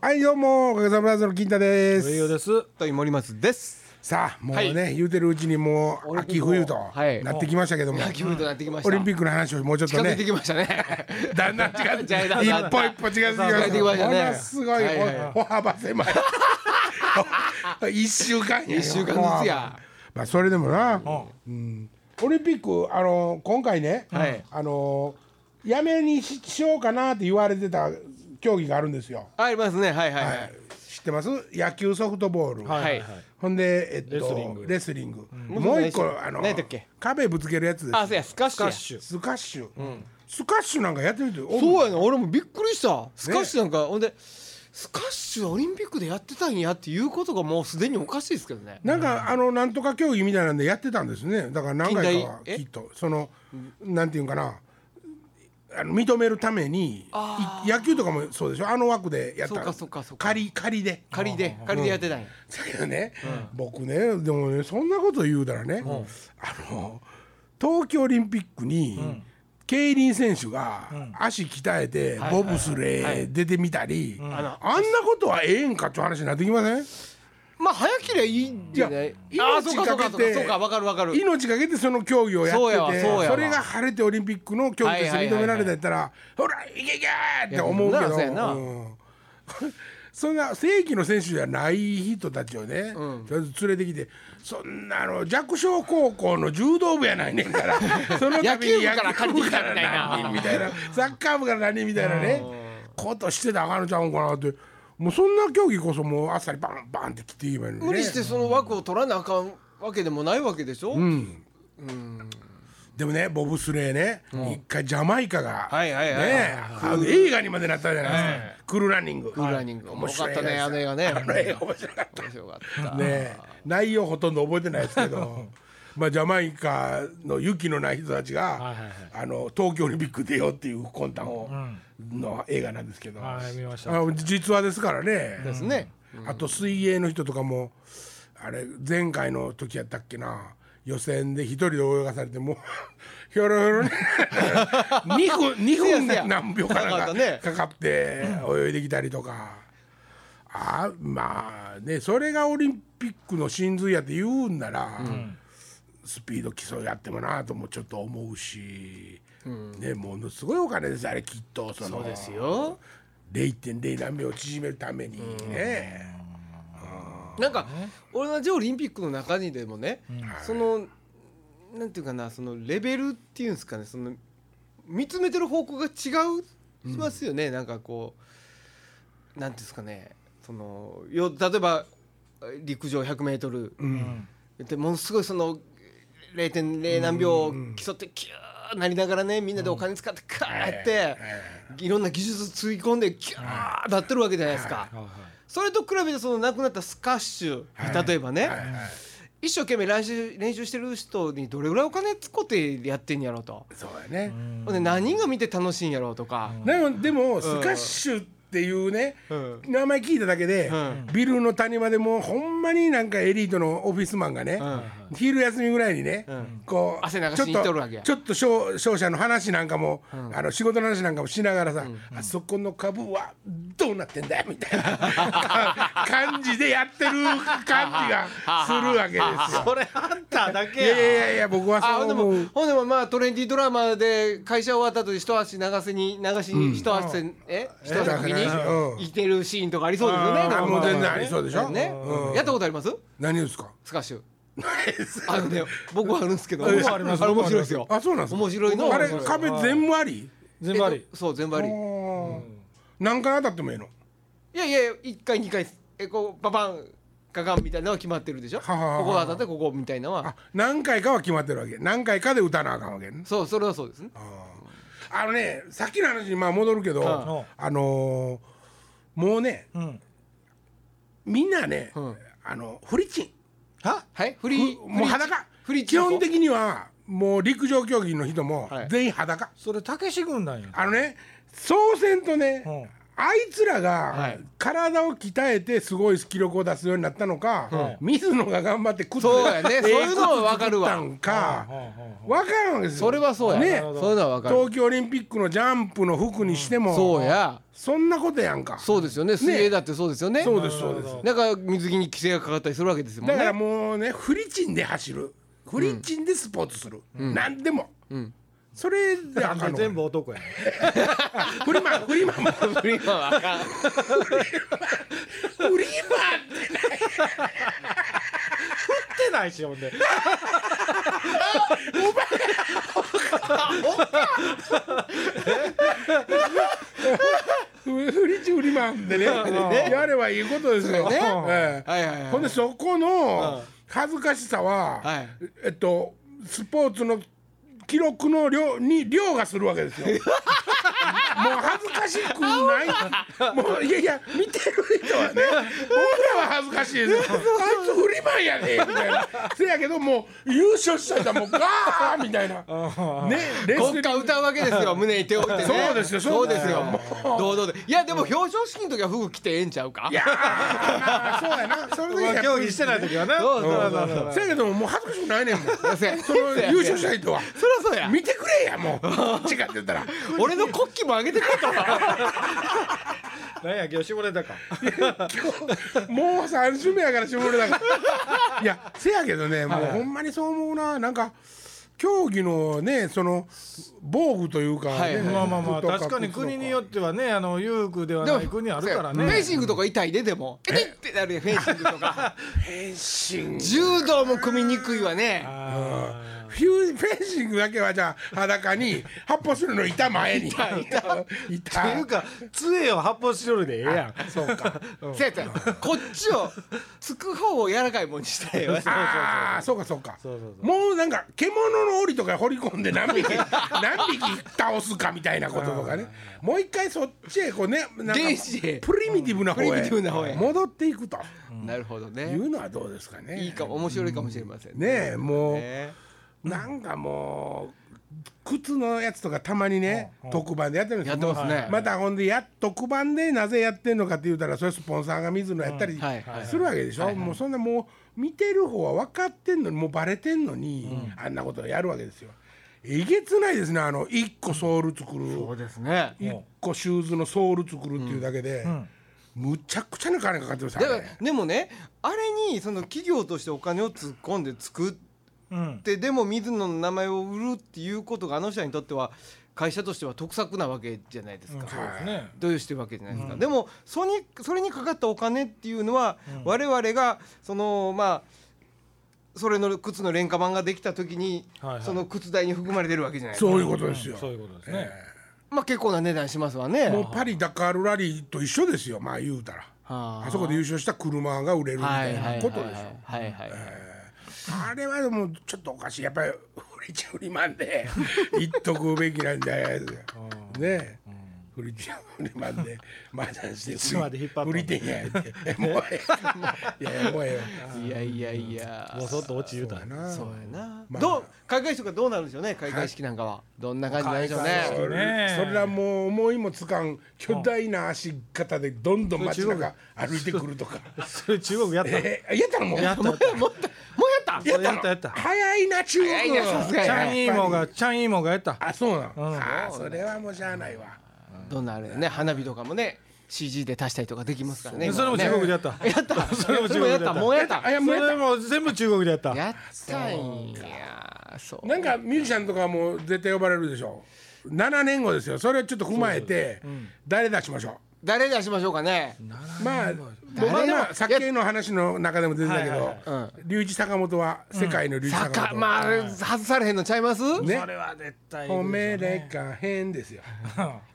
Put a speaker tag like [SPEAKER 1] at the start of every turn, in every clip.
[SPEAKER 1] はいどうもおかげさまでの金太です
[SPEAKER 2] 上尾です
[SPEAKER 3] と森松です。
[SPEAKER 1] さあもうね、言うてるうちにもう秋冬と
[SPEAKER 3] はい
[SPEAKER 1] なってきましたけども、
[SPEAKER 3] 秋冬となってきました。
[SPEAKER 1] オリンピックの話をもうちょっ
[SPEAKER 3] 近
[SPEAKER 1] と
[SPEAKER 3] づい
[SPEAKER 1] ね
[SPEAKER 3] てきましたね。
[SPEAKER 1] だんだん近づいて
[SPEAKER 3] だんだん
[SPEAKER 1] 一歩一歩近づいてきま
[SPEAKER 3] 近づ
[SPEAKER 1] し
[SPEAKER 3] い
[SPEAKER 1] た
[SPEAKER 3] てきましたね
[SPEAKER 1] ものすごい
[SPEAKER 3] はいはい
[SPEAKER 1] 歩幅狭い一週間やよ
[SPEAKER 3] 一週間ずつや
[SPEAKER 1] まあそれでもな、うんオリンピックあの今回ね、
[SPEAKER 3] はい
[SPEAKER 1] あのやめにししようかなって言われてた競技があるんですよ
[SPEAKER 3] ありますね。はいはいは
[SPEAKER 1] はい
[SPEAKER 3] い。
[SPEAKER 1] 知ってます野球ソフトボール、
[SPEAKER 3] はいはい
[SPEAKER 1] ほんで、えっと、レ
[SPEAKER 2] レ
[SPEAKER 1] ス
[SPEAKER 2] ス
[SPEAKER 1] リ
[SPEAKER 2] リ
[SPEAKER 1] ン
[SPEAKER 2] ン
[SPEAKER 1] グ
[SPEAKER 2] グ
[SPEAKER 1] もう一個
[SPEAKER 3] 何でした
[SPEAKER 1] あの
[SPEAKER 3] 何だっけ
[SPEAKER 1] 壁ぶつけるやつです
[SPEAKER 3] あ、そうやスカッシュや。
[SPEAKER 2] シュ
[SPEAKER 1] スカッシュ、スカッシュなんかやってる人多い
[SPEAKER 3] そうやな。俺もびっくりした。スカッシュなんかほんで。スカッシュはオリンピックでやってたんやっていうことがもうすでにおかしいですけどね。
[SPEAKER 1] なんかあのなんとか競技みたいなんでやってたんですねだから何回かは
[SPEAKER 3] 近代え
[SPEAKER 1] きっとそのなんていうんかなあの認めるためにい野球とかもそうでしょあの枠でやった
[SPEAKER 3] そうかそうかそうか
[SPEAKER 1] 仮仮で
[SPEAKER 3] 仮で仮でやってたんや。
[SPEAKER 1] だけどね、僕ねでもねそんなこと言うたらね、あの東京オリンピックに、競輪選手が足鍛えてボブスレー出てみたり、
[SPEAKER 3] んあの
[SPEAKER 1] あんなことはええんかっていう話になってきません
[SPEAKER 3] まあ早ければいいんじゃないい。
[SPEAKER 1] や
[SPEAKER 3] あー、そうかそうか
[SPEAKER 1] 命か
[SPEAKER 3] そ
[SPEAKER 1] け
[SPEAKER 3] う
[SPEAKER 1] て
[SPEAKER 3] かそうかわかるわかる。
[SPEAKER 1] 命かけてその競技をや
[SPEAKER 3] そうや
[SPEAKER 1] っ
[SPEAKER 3] わ
[SPEAKER 1] てて
[SPEAKER 3] そうやわ
[SPEAKER 1] れが晴れてオリンピックの競技として認められたやったら「ほらいけいけ!」って思うけ
[SPEAKER 3] いや
[SPEAKER 1] ど
[SPEAKER 3] そうやな
[SPEAKER 1] うんそんな正規の選手じゃない人たちをね、とりあえず連れてきてそんなあの弱小高校の柔道部やないねんからその度に
[SPEAKER 3] 野球部から借りてきたみたいな
[SPEAKER 1] 野球部から何人みたいなサッカー部から何人みたいなねことしてたらあかんのちゃうんかなってもうそんな競技こそもうあっさりバンバンって切っていけばいいのにね
[SPEAKER 3] 無理してその枠を取らなあかんわけでもないわけでしょ。
[SPEAKER 1] でもねボブスレーね、一回ジャマイカが、
[SPEAKER 3] はいはいはい
[SPEAKER 1] ねあの映画にまでなったじゃないですか、クールランニングク
[SPEAKER 3] クールランニング
[SPEAKER 1] 面白い
[SPEAKER 3] 面白かったねあの映画ね
[SPEAKER 1] あの映画面白かっ
[SPEAKER 3] 面白かった
[SPEAKER 1] たねえ内容ほとんど覚えてないですけど まあジャマイカの雪のない人たちが、
[SPEAKER 2] いはいはい
[SPEAKER 1] あの東京オリンピック出ようっていう魂胆を、の映画なんですけど、
[SPEAKER 2] はい見ました
[SPEAKER 1] あの実話ですからね
[SPEAKER 3] ですね。
[SPEAKER 1] あと水泳の人とかもあれ前回の時やったっけな予選で一人で泳がされてもう ひょろひょろ ね2分2
[SPEAKER 3] せや
[SPEAKER 1] 分
[SPEAKER 3] せ
[SPEAKER 1] で
[SPEAKER 3] や
[SPEAKER 1] 何秒か
[SPEAKER 3] な
[SPEAKER 1] なん
[SPEAKER 3] か
[SPEAKER 1] ん
[SPEAKER 3] ね
[SPEAKER 1] かかかって泳いできたりとかあまあねそれがオリンピックの真髄やって言うんなら、スピード競いやってもなともちょっと思うし、ねものすごいお金ですあれきっとその
[SPEAKER 3] そうですよ。
[SPEAKER 1] 0.0何秒縮めるためにね。
[SPEAKER 3] なんか同じオリンピックの中にでもね、そのなんていうかなそのレベルっていうんですかねその見つめてる方向が違うますよね、なんかこうなんていうんですかねそのよ例えば陸上 100m、でものすごいその0.0何秒を競ってキューなりながらねみんなでお金使ってカーやっていろんな技術つぎ込んでキューなってるわけじゃないですか。それと比べてその亡くなったスカッシュ、例えばね、一生懸命練習練習してる人にどれぐらいお金つこってやってんやろうと、
[SPEAKER 1] そうやね。
[SPEAKER 3] ほんで何が見て楽しいんやろうとか、
[SPEAKER 1] でもでもスカッシュっていうね、
[SPEAKER 3] うん
[SPEAKER 1] 名前聞いただけで、
[SPEAKER 3] う
[SPEAKER 1] ビルの谷間でもうほんまになんかエリートのオフィスマンがね、昼休みぐらいにね、こう
[SPEAKER 3] 汗流しに
[SPEAKER 1] ちょっ
[SPEAKER 3] 行っとるわけや
[SPEAKER 1] ちょっと商商社の話なんかも、あの仕事の話なんかもしながらさ、あそこの株はどうなってんだよみたいな か感じでやってる感じがするわけですよ。
[SPEAKER 3] それあんただけ
[SPEAKER 1] いやいやいやいや僕は
[SPEAKER 3] あ
[SPEAKER 1] そう
[SPEAKER 3] ほんで
[SPEAKER 1] 思
[SPEAKER 3] も
[SPEAKER 1] う。
[SPEAKER 3] ほんでもまあトレンディードラマで会社終わった後に一足流せに流しに一足せ、え一足先に
[SPEAKER 1] うん
[SPEAKER 3] いてるシーンとかありそうですよね。
[SPEAKER 1] あー
[SPEAKER 3] なんか
[SPEAKER 1] もう全然ありそうでしょ
[SPEAKER 3] ね、
[SPEAKER 1] うん
[SPEAKER 3] やったことあります？
[SPEAKER 1] 何です か。
[SPEAKER 3] スカッシュ。あのね僕はあるんですけど、
[SPEAKER 1] 僕も
[SPEAKER 2] あります
[SPEAKER 3] れ面白いですよ。
[SPEAKER 1] あそうなんですか。
[SPEAKER 3] 面白いの。
[SPEAKER 1] あれ
[SPEAKER 3] 面白い
[SPEAKER 1] 壁全部あり。
[SPEAKER 2] 全部あり
[SPEAKER 3] えっとそう全部ありい
[SPEAKER 1] 何回当たってもいいの
[SPEAKER 3] やいやいや一回二回えこうババンガガンみたいなのは決まってるでしょこ
[SPEAKER 1] はははは
[SPEAKER 3] こが当たってここみたいなの
[SPEAKER 1] あ
[SPEAKER 3] は
[SPEAKER 1] 何回かは決まってるわけ何回かで打たなあかんわけね
[SPEAKER 3] そうそれはそうですね
[SPEAKER 1] あのねさっきの話にまあ戻るけど、
[SPEAKER 3] は
[SPEAKER 1] あのーもうね
[SPEAKER 2] うん
[SPEAKER 1] みんなね、
[SPEAKER 3] うん
[SPEAKER 1] あのフリチン
[SPEAKER 3] ははいフリー
[SPEAKER 1] もう裸
[SPEAKER 3] フリーチ
[SPEAKER 1] 基
[SPEAKER 3] ンコ
[SPEAKER 1] 本的にはもう陸上競技の人も
[SPEAKER 3] はい
[SPEAKER 1] 全員裸、
[SPEAKER 2] それたけし軍団や
[SPEAKER 1] あのね総選とね、
[SPEAKER 2] うん
[SPEAKER 1] あいつら
[SPEAKER 3] は
[SPEAKER 1] が
[SPEAKER 3] い
[SPEAKER 1] 体を鍛えてすごい記録を出すようになったのか、水野が頑張って食って
[SPEAKER 3] そう やねそういうのは分かるわ
[SPEAKER 1] ええ靴作ったんか
[SPEAKER 2] うんうんうん
[SPEAKER 1] 分からんですよ
[SPEAKER 3] それはそうや
[SPEAKER 1] ね
[SPEAKER 2] なるほど
[SPEAKER 3] そういうのはわかる
[SPEAKER 1] 東京オリンピックのジャンプの服にしても、
[SPEAKER 3] そうや
[SPEAKER 1] そんなことやんか
[SPEAKER 3] そうですよね水泳だってそうですよね
[SPEAKER 1] そうですそうです
[SPEAKER 3] だから水着に規制がかかったりするわけですもんね
[SPEAKER 1] だからもうねフリチンで走るフリチンでスポーツする、何でも、
[SPEAKER 3] ん
[SPEAKER 1] それであかんの
[SPEAKER 2] 全部男やね
[SPEAKER 1] フリマンフ リマンもフリマン
[SPEAKER 3] まあわかん
[SPEAKER 1] フリマンって
[SPEAKER 2] 食ってないしほんで
[SPEAKER 1] フリチンフリマン でねやればいいことですよ、
[SPEAKER 3] そうね
[SPEAKER 1] ええ
[SPEAKER 3] はいはいはい
[SPEAKER 1] ほんでそこの恥ずかしさは、
[SPEAKER 3] はい
[SPEAKER 1] えっとスポーツの記録の量に量がするわけ ですよ。もう恥ずかしく ない。もういやいや見てる人はね、俺らは恥ずかしいですよ。あいつフリマンやねみたいな。せやけどもう優勝したらもうガーみたいな。ねレス
[SPEAKER 3] 国
[SPEAKER 1] リン
[SPEAKER 3] 歌歌うわけですよ胸に手を置いてね
[SPEAKER 1] そうですよ
[SPEAKER 3] そ
[SPEAKER 1] そううで
[SPEAKER 3] ですす
[SPEAKER 1] よ
[SPEAKER 3] よ堂々でいやでも表彰式の時は服着てええんちゃうか
[SPEAKER 1] いやーまあそうやな。その時はやっぱり
[SPEAKER 2] 競技してない時はな
[SPEAKER 3] そうそうそう
[SPEAKER 2] うん
[SPEAKER 1] せやけどももう恥ずかしくないねんもん。
[SPEAKER 3] せや
[SPEAKER 1] その優勝した人は。
[SPEAKER 3] そりゃそうや
[SPEAKER 1] 見てくれやもう。違って言ったら。
[SPEAKER 3] 俺の国旗も上げてくれたわ
[SPEAKER 2] 何や今日下ネタか
[SPEAKER 1] もう3週目やから絞れだからいやせやけどねもうほんまにそう思うななんか競技のねその防具というか、ね
[SPEAKER 3] はいはい
[SPEAKER 2] まあまあまあ
[SPEAKER 1] 服と
[SPEAKER 2] 確かに国によ
[SPEAKER 1] っ
[SPEAKER 2] ってはねあの裕福ではない国あるから
[SPEAKER 3] せやフェン
[SPEAKER 2] ね
[SPEAKER 3] シングとか痛いででもえいってなるやんフェンシングとか
[SPEAKER 1] てフ
[SPEAKER 3] 柔道も組みにくいわね
[SPEAKER 2] あ
[SPEAKER 1] ューフェンシングだけはじゃあ裸に発泡するの板前に板
[SPEAKER 2] ーっていうか杖を発泡しとるでええやんそうか
[SPEAKER 3] せやったらこっちをつく方を柔らかいもんにしたいよね
[SPEAKER 1] ああそうかそうか
[SPEAKER 2] そうそうそ
[SPEAKER 1] もうなんか獣の檻とか掘り込んで何匹何匹倒すかみたいなこととかねもう一回そっちへこうねなんか
[SPEAKER 3] 原始へ
[SPEAKER 1] プリミティブな方
[SPEAKER 3] プリミティブな方
[SPEAKER 1] へ
[SPEAKER 3] へ
[SPEAKER 1] 戻っていくと
[SPEAKER 3] なるほど
[SPEAKER 1] い
[SPEAKER 3] ね
[SPEAKER 1] うのはどうですかね
[SPEAKER 3] いいかも面白いかもしれません
[SPEAKER 1] ねえもう
[SPEAKER 3] ね
[SPEAKER 1] なんかもう靴のやつとかたまにね特番でやってるんです
[SPEAKER 3] やってますね
[SPEAKER 1] またほんでや特番でなぜやってんのかって言うたらそれスポンサーが水野やったり
[SPEAKER 3] んはいはい
[SPEAKER 1] するわけでしょもうそんなもう見てる方は分かってんのにもうバレてんのにあんなことやるわけですよ。えげつないですねあの1個ソール作
[SPEAKER 3] そ
[SPEAKER 1] る
[SPEAKER 3] うですね
[SPEAKER 1] 1個シューズのソール作るっていうだけでむちゃくちゃな金かかってるさ
[SPEAKER 3] だからでもねあれにその企業としてお金を突っ込んで作っ
[SPEAKER 2] うん
[SPEAKER 3] てでも水野の名前を売るっていうことがあの人にとっては会社としては得策なわけじゃないですか。
[SPEAKER 2] そうですね
[SPEAKER 3] どうしてるわけじゃないですか、でもそれにそれにかかったお金っていうのは、我々がそのまあそれの靴の廉価版ができた時に、
[SPEAKER 2] はいはい
[SPEAKER 3] その靴代に含まれてるわけじゃないですか
[SPEAKER 1] そういうことですよ。
[SPEAKER 2] そういうことですね
[SPEAKER 3] まあ結構な値段しますわね
[SPEAKER 1] もうパリダカールラリーと一緒ですよまあ言うたら
[SPEAKER 3] あ
[SPEAKER 1] あ
[SPEAKER 3] ー
[SPEAKER 1] そこで優勝した車が売れるみ
[SPEAKER 3] は
[SPEAKER 1] たい
[SPEAKER 3] いはい
[SPEAKER 1] な
[SPEAKER 3] はい
[SPEAKER 1] ことでしょ、
[SPEAKER 3] はいはいはい
[SPEAKER 1] あれはでもちょっとおかしいやっぱりフリチュリマン で言っとくべきなんじゃないですかねえ、フリチュリマンでマージャンして
[SPEAKER 2] つまで引っ張ったの
[SPEAKER 1] フリテンや言 ってえもうええいやいやもうえ
[SPEAKER 3] いやいやいや
[SPEAKER 2] もうそっと落ち言うたん
[SPEAKER 1] え
[SPEAKER 2] や
[SPEAKER 1] わな
[SPEAKER 3] そうやな、
[SPEAKER 1] まあ
[SPEAKER 3] どう開会式とかどうなるんでしょうね開会式なんかは、どんな感じなんでしょう
[SPEAKER 2] 開会
[SPEAKER 1] そ
[SPEAKER 2] 式
[SPEAKER 3] ね
[SPEAKER 1] れ
[SPEAKER 2] ね
[SPEAKER 1] それはもう思いもつかん巨大な足型でどんどん街中歩いてくるとか
[SPEAKER 2] それ中国やったやっ
[SPEAKER 1] ええやったのもう
[SPEAKER 2] たやった
[SPEAKER 3] もうもうやった
[SPEAKER 1] やった
[SPEAKER 2] やったやった
[SPEAKER 1] 早いな中国
[SPEAKER 3] 早いなさすがや
[SPEAKER 2] チ
[SPEAKER 3] な
[SPEAKER 2] ャンイーモがチャンイーモがやった
[SPEAKER 1] あそうなの、ああそれはもうしゃあないわ
[SPEAKER 3] どんなあれだね花火とかもね CG で足したりとかできますからね
[SPEAKER 2] それも中
[SPEAKER 3] 今
[SPEAKER 2] 国
[SPEAKER 3] ね
[SPEAKER 2] でやった
[SPEAKER 3] やった
[SPEAKER 2] それも中国
[SPEAKER 3] も
[SPEAKER 2] で
[SPEAKER 3] う
[SPEAKER 2] や
[SPEAKER 3] や
[SPEAKER 2] っ
[SPEAKER 3] ったたもうやった
[SPEAKER 1] あいや
[SPEAKER 2] そ
[SPEAKER 1] もうやっ
[SPEAKER 2] れも全部中国でやった
[SPEAKER 3] やったんやそう
[SPEAKER 1] なんかミュージシャンとかも絶対呼ばれるでしょ7年後ですよそれをちょっと踏まえて誰出しましょう
[SPEAKER 3] 誰出しましょうかね
[SPEAKER 1] まあ僕
[SPEAKER 3] 誰
[SPEAKER 1] は
[SPEAKER 3] でも
[SPEAKER 1] まあさっきの話の中でも出てたけ
[SPEAKER 2] はいはい
[SPEAKER 1] ど龍一坂本は世界の龍一
[SPEAKER 3] バ
[SPEAKER 1] 坂
[SPEAKER 3] カ
[SPEAKER 1] 本
[SPEAKER 3] まあ外されへんのちゃいます
[SPEAKER 1] ね
[SPEAKER 2] それは絶対
[SPEAKER 1] 褒めれかへん ですよ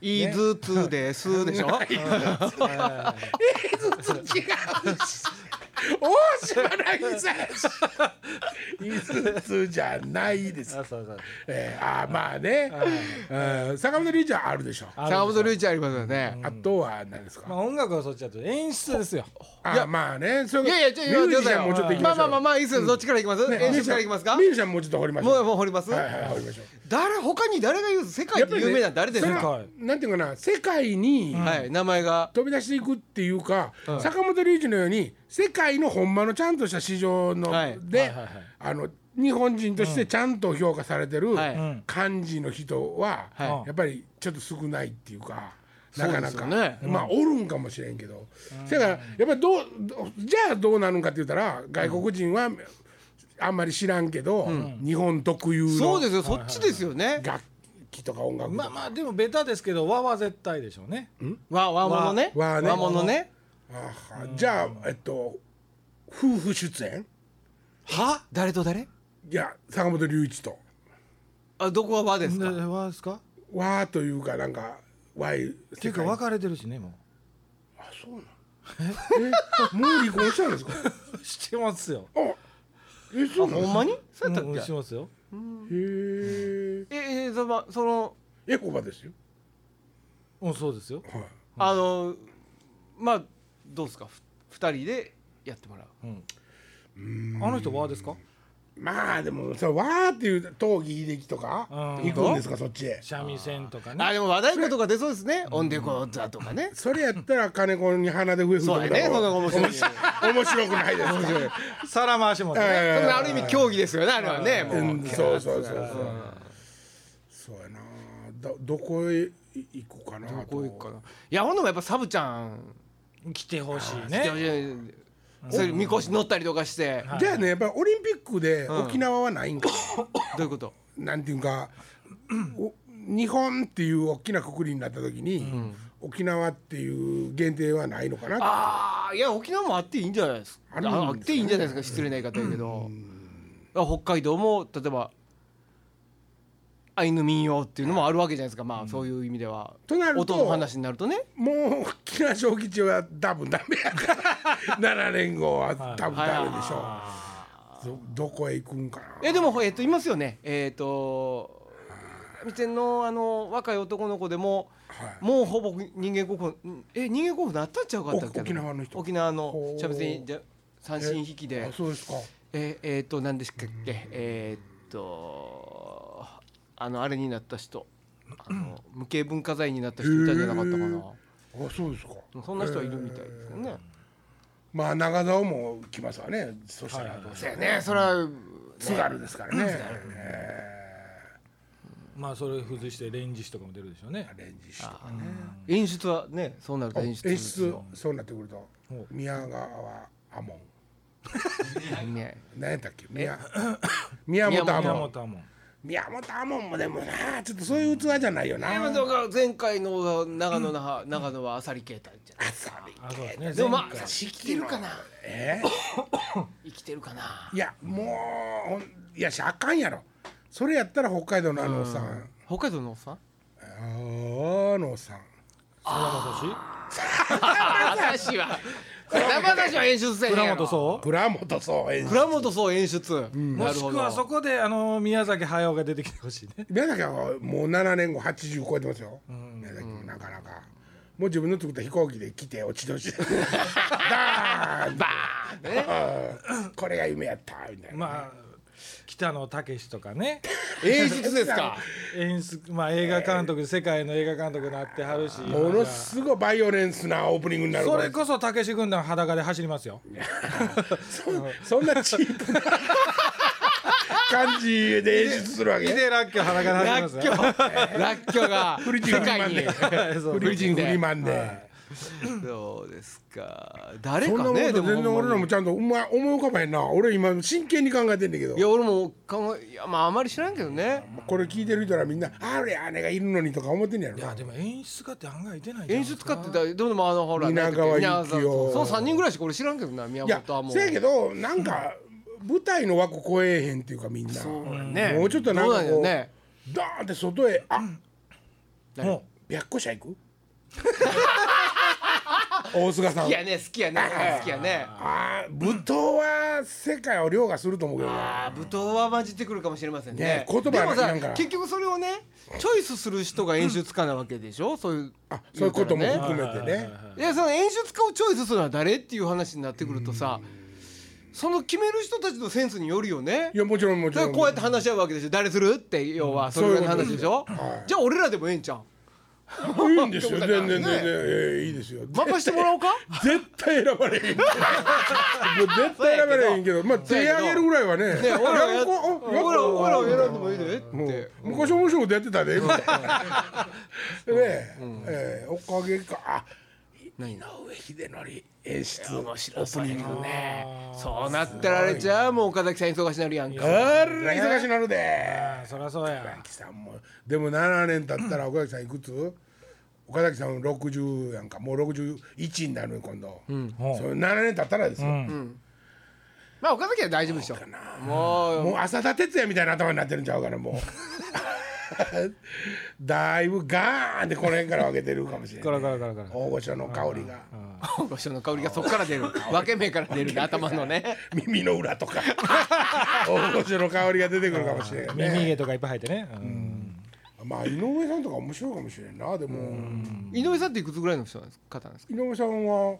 [SPEAKER 3] いいずつですでしょ
[SPEAKER 1] 違うし大島渚さんいつつじゃないです
[SPEAKER 2] あそうそう
[SPEAKER 1] えー、あーまあね、うん、坂本龍一はあるでしょ
[SPEAKER 2] あるでしょ
[SPEAKER 3] 坂本龍一ありますよね
[SPEAKER 1] あとは何です
[SPEAKER 2] ま
[SPEAKER 1] か、
[SPEAKER 2] あ音楽はそっちだと演出ですよ
[SPEAKER 1] あーまあねそれ
[SPEAKER 3] いやいやちょい
[SPEAKER 1] ミ
[SPEAKER 3] や
[SPEAKER 1] ュージシャンもうちょっと行きま
[SPEAKER 3] まあ
[SPEAKER 1] しょ
[SPEAKER 3] ま
[SPEAKER 1] う
[SPEAKER 3] あまあまあいいっすよどっちからいきます
[SPEAKER 1] ね
[SPEAKER 3] 演出からいきますか
[SPEAKER 1] ミュージシャンもうちょっと掘りましょ
[SPEAKER 3] も
[SPEAKER 1] う
[SPEAKER 3] うもう掘ります
[SPEAKER 1] はいはい掘りましょう
[SPEAKER 3] 誰他に誰が言う世界で有名な誰です
[SPEAKER 1] それ
[SPEAKER 3] か、
[SPEAKER 1] はなんていうかな世界に
[SPEAKER 3] はい名前が
[SPEAKER 1] 飛び出していくっていうか、坂本龍一のように世界の本場のちゃんとした市場の、
[SPEAKER 3] はい
[SPEAKER 1] で、
[SPEAKER 2] はいはい
[SPEAKER 1] あの日本人としてちゃんと評価されてる
[SPEAKER 3] はい
[SPEAKER 2] ん
[SPEAKER 1] 漢字の人は、
[SPEAKER 3] はい
[SPEAKER 1] やっぱりちょっと少ないっていうか。
[SPEAKER 3] そ
[SPEAKER 1] な
[SPEAKER 3] う
[SPEAKER 1] か
[SPEAKER 3] で
[SPEAKER 1] な
[SPEAKER 3] すよ
[SPEAKER 1] か、
[SPEAKER 3] ね
[SPEAKER 1] まあおるんかもしれんけど、だからやっぱりどうどうじゃあどうなるんかって言ったら外国人はあんまり知らんけど、日本特有
[SPEAKER 3] そうで
[SPEAKER 1] の
[SPEAKER 3] すよそっちですよね、
[SPEAKER 1] 楽器とか音楽と
[SPEAKER 2] ま
[SPEAKER 1] か
[SPEAKER 2] あまあでもベタですけど和は絶対でしょうね
[SPEAKER 3] わ和物ね
[SPEAKER 1] 和和ね
[SPEAKER 3] 和物ね
[SPEAKER 1] あはじゃあえっと夫婦出演
[SPEAKER 3] は誰と誰
[SPEAKER 1] いや坂本龍一と
[SPEAKER 3] あどこは和です
[SPEAKER 2] で
[SPEAKER 3] か
[SPEAKER 2] 和ですか
[SPEAKER 1] わーというかなんかわい
[SPEAKER 2] っていうか別れてるしねも
[SPEAKER 1] あそうなんえもう離婚したんですかあ
[SPEAKER 2] うしてますよ
[SPEAKER 1] えそうなんで
[SPEAKER 3] ほ
[SPEAKER 1] すか
[SPEAKER 3] んまにそうやった
[SPEAKER 2] うんし
[SPEAKER 3] っ
[SPEAKER 2] て
[SPEAKER 3] け、
[SPEAKER 2] ますよ
[SPEAKER 1] へ
[SPEAKER 3] ええそのその
[SPEAKER 1] えエホバですよ
[SPEAKER 2] うんそうですよ
[SPEAKER 1] はい
[SPEAKER 3] あのまあどうですかふ二人でやってもらう
[SPEAKER 2] うんあの人和ですか
[SPEAKER 1] まあでもそれわーっていう東儀秀樹とか
[SPEAKER 2] うん
[SPEAKER 1] 行くんですかそっちへ
[SPEAKER 2] 三味線とかね
[SPEAKER 3] あでも和太鼓とか出そうですねオンデコザとかね
[SPEAKER 1] それやったら金子に鼻で笛吹いて
[SPEAKER 3] そう
[SPEAKER 1] も
[SPEAKER 3] や
[SPEAKER 1] ら
[SPEAKER 3] ねその
[SPEAKER 1] う
[SPEAKER 3] 面白いね
[SPEAKER 1] 面白くないですか
[SPEAKER 2] 皿回しもね
[SPEAKER 1] え
[SPEAKER 3] そんなある意味競技ですよねあれはね
[SPEAKER 1] う
[SPEAKER 3] も
[SPEAKER 1] ん
[SPEAKER 3] う
[SPEAKER 1] そうそうそうそうそうやなどどこへ行こうかなと
[SPEAKER 3] こういうかないやほんでもやっぱサブちゃん
[SPEAKER 2] 来てほしい
[SPEAKER 3] 来てほ
[SPEAKER 2] ね
[SPEAKER 3] しいそれみこし乗ったりとかして
[SPEAKER 1] じゃあねやっぱりオリンピックで
[SPEAKER 3] ん
[SPEAKER 1] 沖縄はないんか、
[SPEAKER 3] どういうこと
[SPEAKER 1] なんていうかお日本っていう大きな括りになった時に、沖縄っていう限定はないのかな
[SPEAKER 3] ああいや沖縄もあっていいんじゃないですか
[SPEAKER 1] あ
[SPEAKER 3] あ
[SPEAKER 1] るんですかね
[SPEAKER 3] あっていいんじゃないですか失礼な言い方やけどあ北海道も例えばアイヌ民謡っていうのもあるわけじゃないですかまあそういう意味では
[SPEAKER 1] となると
[SPEAKER 3] 音の話になるとね
[SPEAKER 1] もう沖縄小吉は多分ダメやから7 連合は多分ダメでしょう、どどこへ行くんかな
[SPEAKER 3] えでもえっといますよねえっと三線のあの若い男の子でも
[SPEAKER 1] はい
[SPEAKER 3] もうほぼ人間国宝んえ人間国宝なったんちゃうかったっけ
[SPEAKER 1] お沖縄の人
[SPEAKER 3] 沖縄の
[SPEAKER 1] ほう
[SPEAKER 3] 三味線じゃ三線弾きで
[SPEAKER 1] あそうですか
[SPEAKER 3] えー、えー、と何でしたっけえー、っとあのあれになった人あの無形文化財になった人いたんじゃなかったかな
[SPEAKER 1] あそうですか
[SPEAKER 3] そんな人はいるみたいですよね。
[SPEAKER 1] まあ長沢も来ますわねそしたらどうせ、
[SPEAKER 3] だよねそれは
[SPEAKER 1] 津軽ですからね、え
[SPEAKER 2] まあそれ付随してレンジとかも出るでしょうね
[SPEAKER 1] ーアレンジして
[SPEAKER 3] 演出はねそうなると演
[SPEAKER 1] 演
[SPEAKER 3] 出
[SPEAKER 1] 出そうなってくると
[SPEAKER 2] お
[SPEAKER 1] 宮川アモン
[SPEAKER 3] ね
[SPEAKER 1] 何やったっけ宮宮本ア
[SPEAKER 2] 宮
[SPEAKER 1] モン
[SPEAKER 2] 本はも
[SPEAKER 1] 宮本アモンもでもなちょっとそういう器じゃないよな
[SPEAKER 3] でもだから前回の長野那覇長野はあさり系たんじゃない
[SPEAKER 1] あさり
[SPEAKER 2] あそうですね
[SPEAKER 3] でもまあ
[SPEAKER 2] 前回
[SPEAKER 3] 生きてるかな
[SPEAKER 1] え
[SPEAKER 3] 生きてるかない
[SPEAKER 1] やもうほんいやしあかんやろそれやったら北海道のあのおっさん
[SPEAKER 3] 北海道のおっさん
[SPEAKER 1] あのおっさん
[SPEAKER 2] 倉
[SPEAKER 3] 倉 しは倉しは演出せえへん
[SPEAKER 2] 本倉
[SPEAKER 3] や
[SPEAKER 2] 本
[SPEAKER 3] ろ
[SPEAKER 2] そう
[SPEAKER 1] 倉本そう演出
[SPEAKER 3] 倉本そう演出な
[SPEAKER 2] も
[SPEAKER 3] る
[SPEAKER 2] し
[SPEAKER 3] ほ
[SPEAKER 2] く
[SPEAKER 3] ど
[SPEAKER 2] はそこであの宮崎駿が出てきてほしいね
[SPEAKER 1] 宮崎はもう7年後80超えてますよ、宮崎もなかなかもう自分の作った飛行機で来て落ち て落ちてダーンバーンこれが夢やったみたいな、
[SPEAKER 2] まあ北野武とかね
[SPEAKER 3] 演出ですか
[SPEAKER 2] 演出まあ映画監督世界の映画監督になってはるし
[SPEAKER 1] ものすごいバイオレンスなオープニングになる
[SPEAKER 2] それこそ武志軍団裸で走りますよ
[SPEAKER 1] そんなチ ープな感じで演出するわ
[SPEAKER 2] 井
[SPEAKER 1] け
[SPEAKER 2] 手らっきょ裸で
[SPEAKER 3] ラ
[SPEAKER 2] 走ります
[SPEAKER 3] ッキョ
[SPEAKER 2] よ
[SPEAKER 3] ラッキョが
[SPEAKER 1] フリチン
[SPEAKER 3] 世
[SPEAKER 1] フリマン
[SPEAKER 3] 界に
[SPEAKER 1] で
[SPEAKER 2] そう
[SPEAKER 1] フリチンフリマンで、
[SPEAKER 3] そうですか誰
[SPEAKER 1] そんな
[SPEAKER 3] か
[SPEAKER 1] もん
[SPEAKER 3] ね
[SPEAKER 1] と
[SPEAKER 3] でも
[SPEAKER 1] 全然俺ら
[SPEAKER 3] ほんま
[SPEAKER 1] も
[SPEAKER 3] に
[SPEAKER 1] ちゃんとうま思い浮かばへんな俺今真剣に考えてんだけど
[SPEAKER 3] いや俺も考えいやまああまり知らんけどね
[SPEAKER 1] これ聞いてる人らみんなあれ姉がいるのにとか思ってんねやろ
[SPEAKER 2] いやでも演出家って案外出ないじゃん
[SPEAKER 3] 演出家ってだでもまああのほら
[SPEAKER 1] 蜷川幸雄
[SPEAKER 3] なんだっけ蜷川さんその三人ぐらいしか俺知らんけどな宮
[SPEAKER 1] いや
[SPEAKER 3] 本はもう
[SPEAKER 1] せやけどなんか舞台の枠超えへんっていうかみんな
[SPEAKER 3] そうやね
[SPEAKER 1] もうちょっとなん
[SPEAKER 3] そう
[SPEAKER 1] か
[SPEAKER 3] なん
[SPEAKER 1] こ
[SPEAKER 3] よ
[SPEAKER 1] う
[SPEAKER 3] ね
[SPEAKER 1] ダーンって外へあ
[SPEAKER 3] 誰
[SPEAKER 2] も
[SPEAKER 1] 白虎社行 く大菅さ
[SPEAKER 3] 好
[SPEAKER 1] ん
[SPEAKER 3] きやね好きやね好きやね
[SPEAKER 1] あー舞踏は世界を凌駕すると思うけどな
[SPEAKER 3] あー舞踏は混じってくるかもしれませんね
[SPEAKER 1] ね言葉
[SPEAKER 3] でも
[SPEAKER 1] なんか
[SPEAKER 3] さ結局それをねチョイスする人が演出家なわけでしょそういう
[SPEAKER 1] あそういうことも
[SPEAKER 3] 言うたらね
[SPEAKER 1] 含めてね
[SPEAKER 3] いやその演出家をチョイスするのは誰っていう話になってくるとさその決める人たちのセンスによるよね
[SPEAKER 1] いやもちろんもち
[SPEAKER 3] だか
[SPEAKER 1] ろ
[SPEAKER 3] ら
[SPEAKER 1] ん
[SPEAKER 3] こうやって話し合うわけでしょ誰するって要はそれぐらいの話でしょ
[SPEAKER 1] そういうことですよはい
[SPEAKER 3] じゃあ俺らでもええんちゃん
[SPEAKER 1] いいんですよ全然全然、ええいいですよ
[SPEAKER 3] 任してもらおうか
[SPEAKER 1] 絶対選ばれへ んもう絶対選ばれへんけどまあ
[SPEAKER 3] そう
[SPEAKER 1] 手
[SPEAKER 3] やけ
[SPEAKER 1] 上
[SPEAKER 3] ど
[SPEAKER 1] げるぐらいはね
[SPEAKER 3] ね俺ら
[SPEAKER 1] や
[SPEAKER 3] や
[SPEAKER 1] る
[SPEAKER 3] 俺
[SPEAKER 1] 子
[SPEAKER 3] ら
[SPEAKER 1] おやっこ
[SPEAKER 3] 俺らを選んでもいいで
[SPEAKER 1] も
[SPEAKER 3] って
[SPEAKER 1] う昔面白いことやってたでみ たいなねええおかげかあ井上秀則演出面白そうやけどね
[SPEAKER 3] そうなってられちゃうもう岡崎さん忙しなるやん
[SPEAKER 1] あ
[SPEAKER 3] から
[SPEAKER 1] 忙しなるで
[SPEAKER 2] あーそりゃそうや
[SPEAKER 1] 岡崎さんもでも7年経ったら岡崎さんいくつ岡崎さん60やんかもう61になる今度、それ7年経ったらですよ、
[SPEAKER 3] まあ岡崎は大丈夫でしょもう
[SPEAKER 1] もう浅田哲也みたいな頭になってるんちゃうから もうだいぶガーンってこの辺から分けてるかもしれ
[SPEAKER 2] ガ
[SPEAKER 1] な
[SPEAKER 2] ラ
[SPEAKER 1] い
[SPEAKER 2] ガラガラガラ
[SPEAKER 1] 大御所の香りが
[SPEAKER 3] 大御所の香りがそこから出る分け目から出る ね頭のね
[SPEAKER 1] 耳の裏 とか大御所の香りが出てくるかもしれない、
[SPEAKER 2] 耳
[SPEAKER 1] ね、
[SPEAKER 2] 毛とかいっぱい生えてねうん
[SPEAKER 1] まあ井上さんとか面白いかもしれんなでも
[SPEAKER 3] 井上さんっていくつぐらいの人なんですか方なんですか
[SPEAKER 1] 井上さんは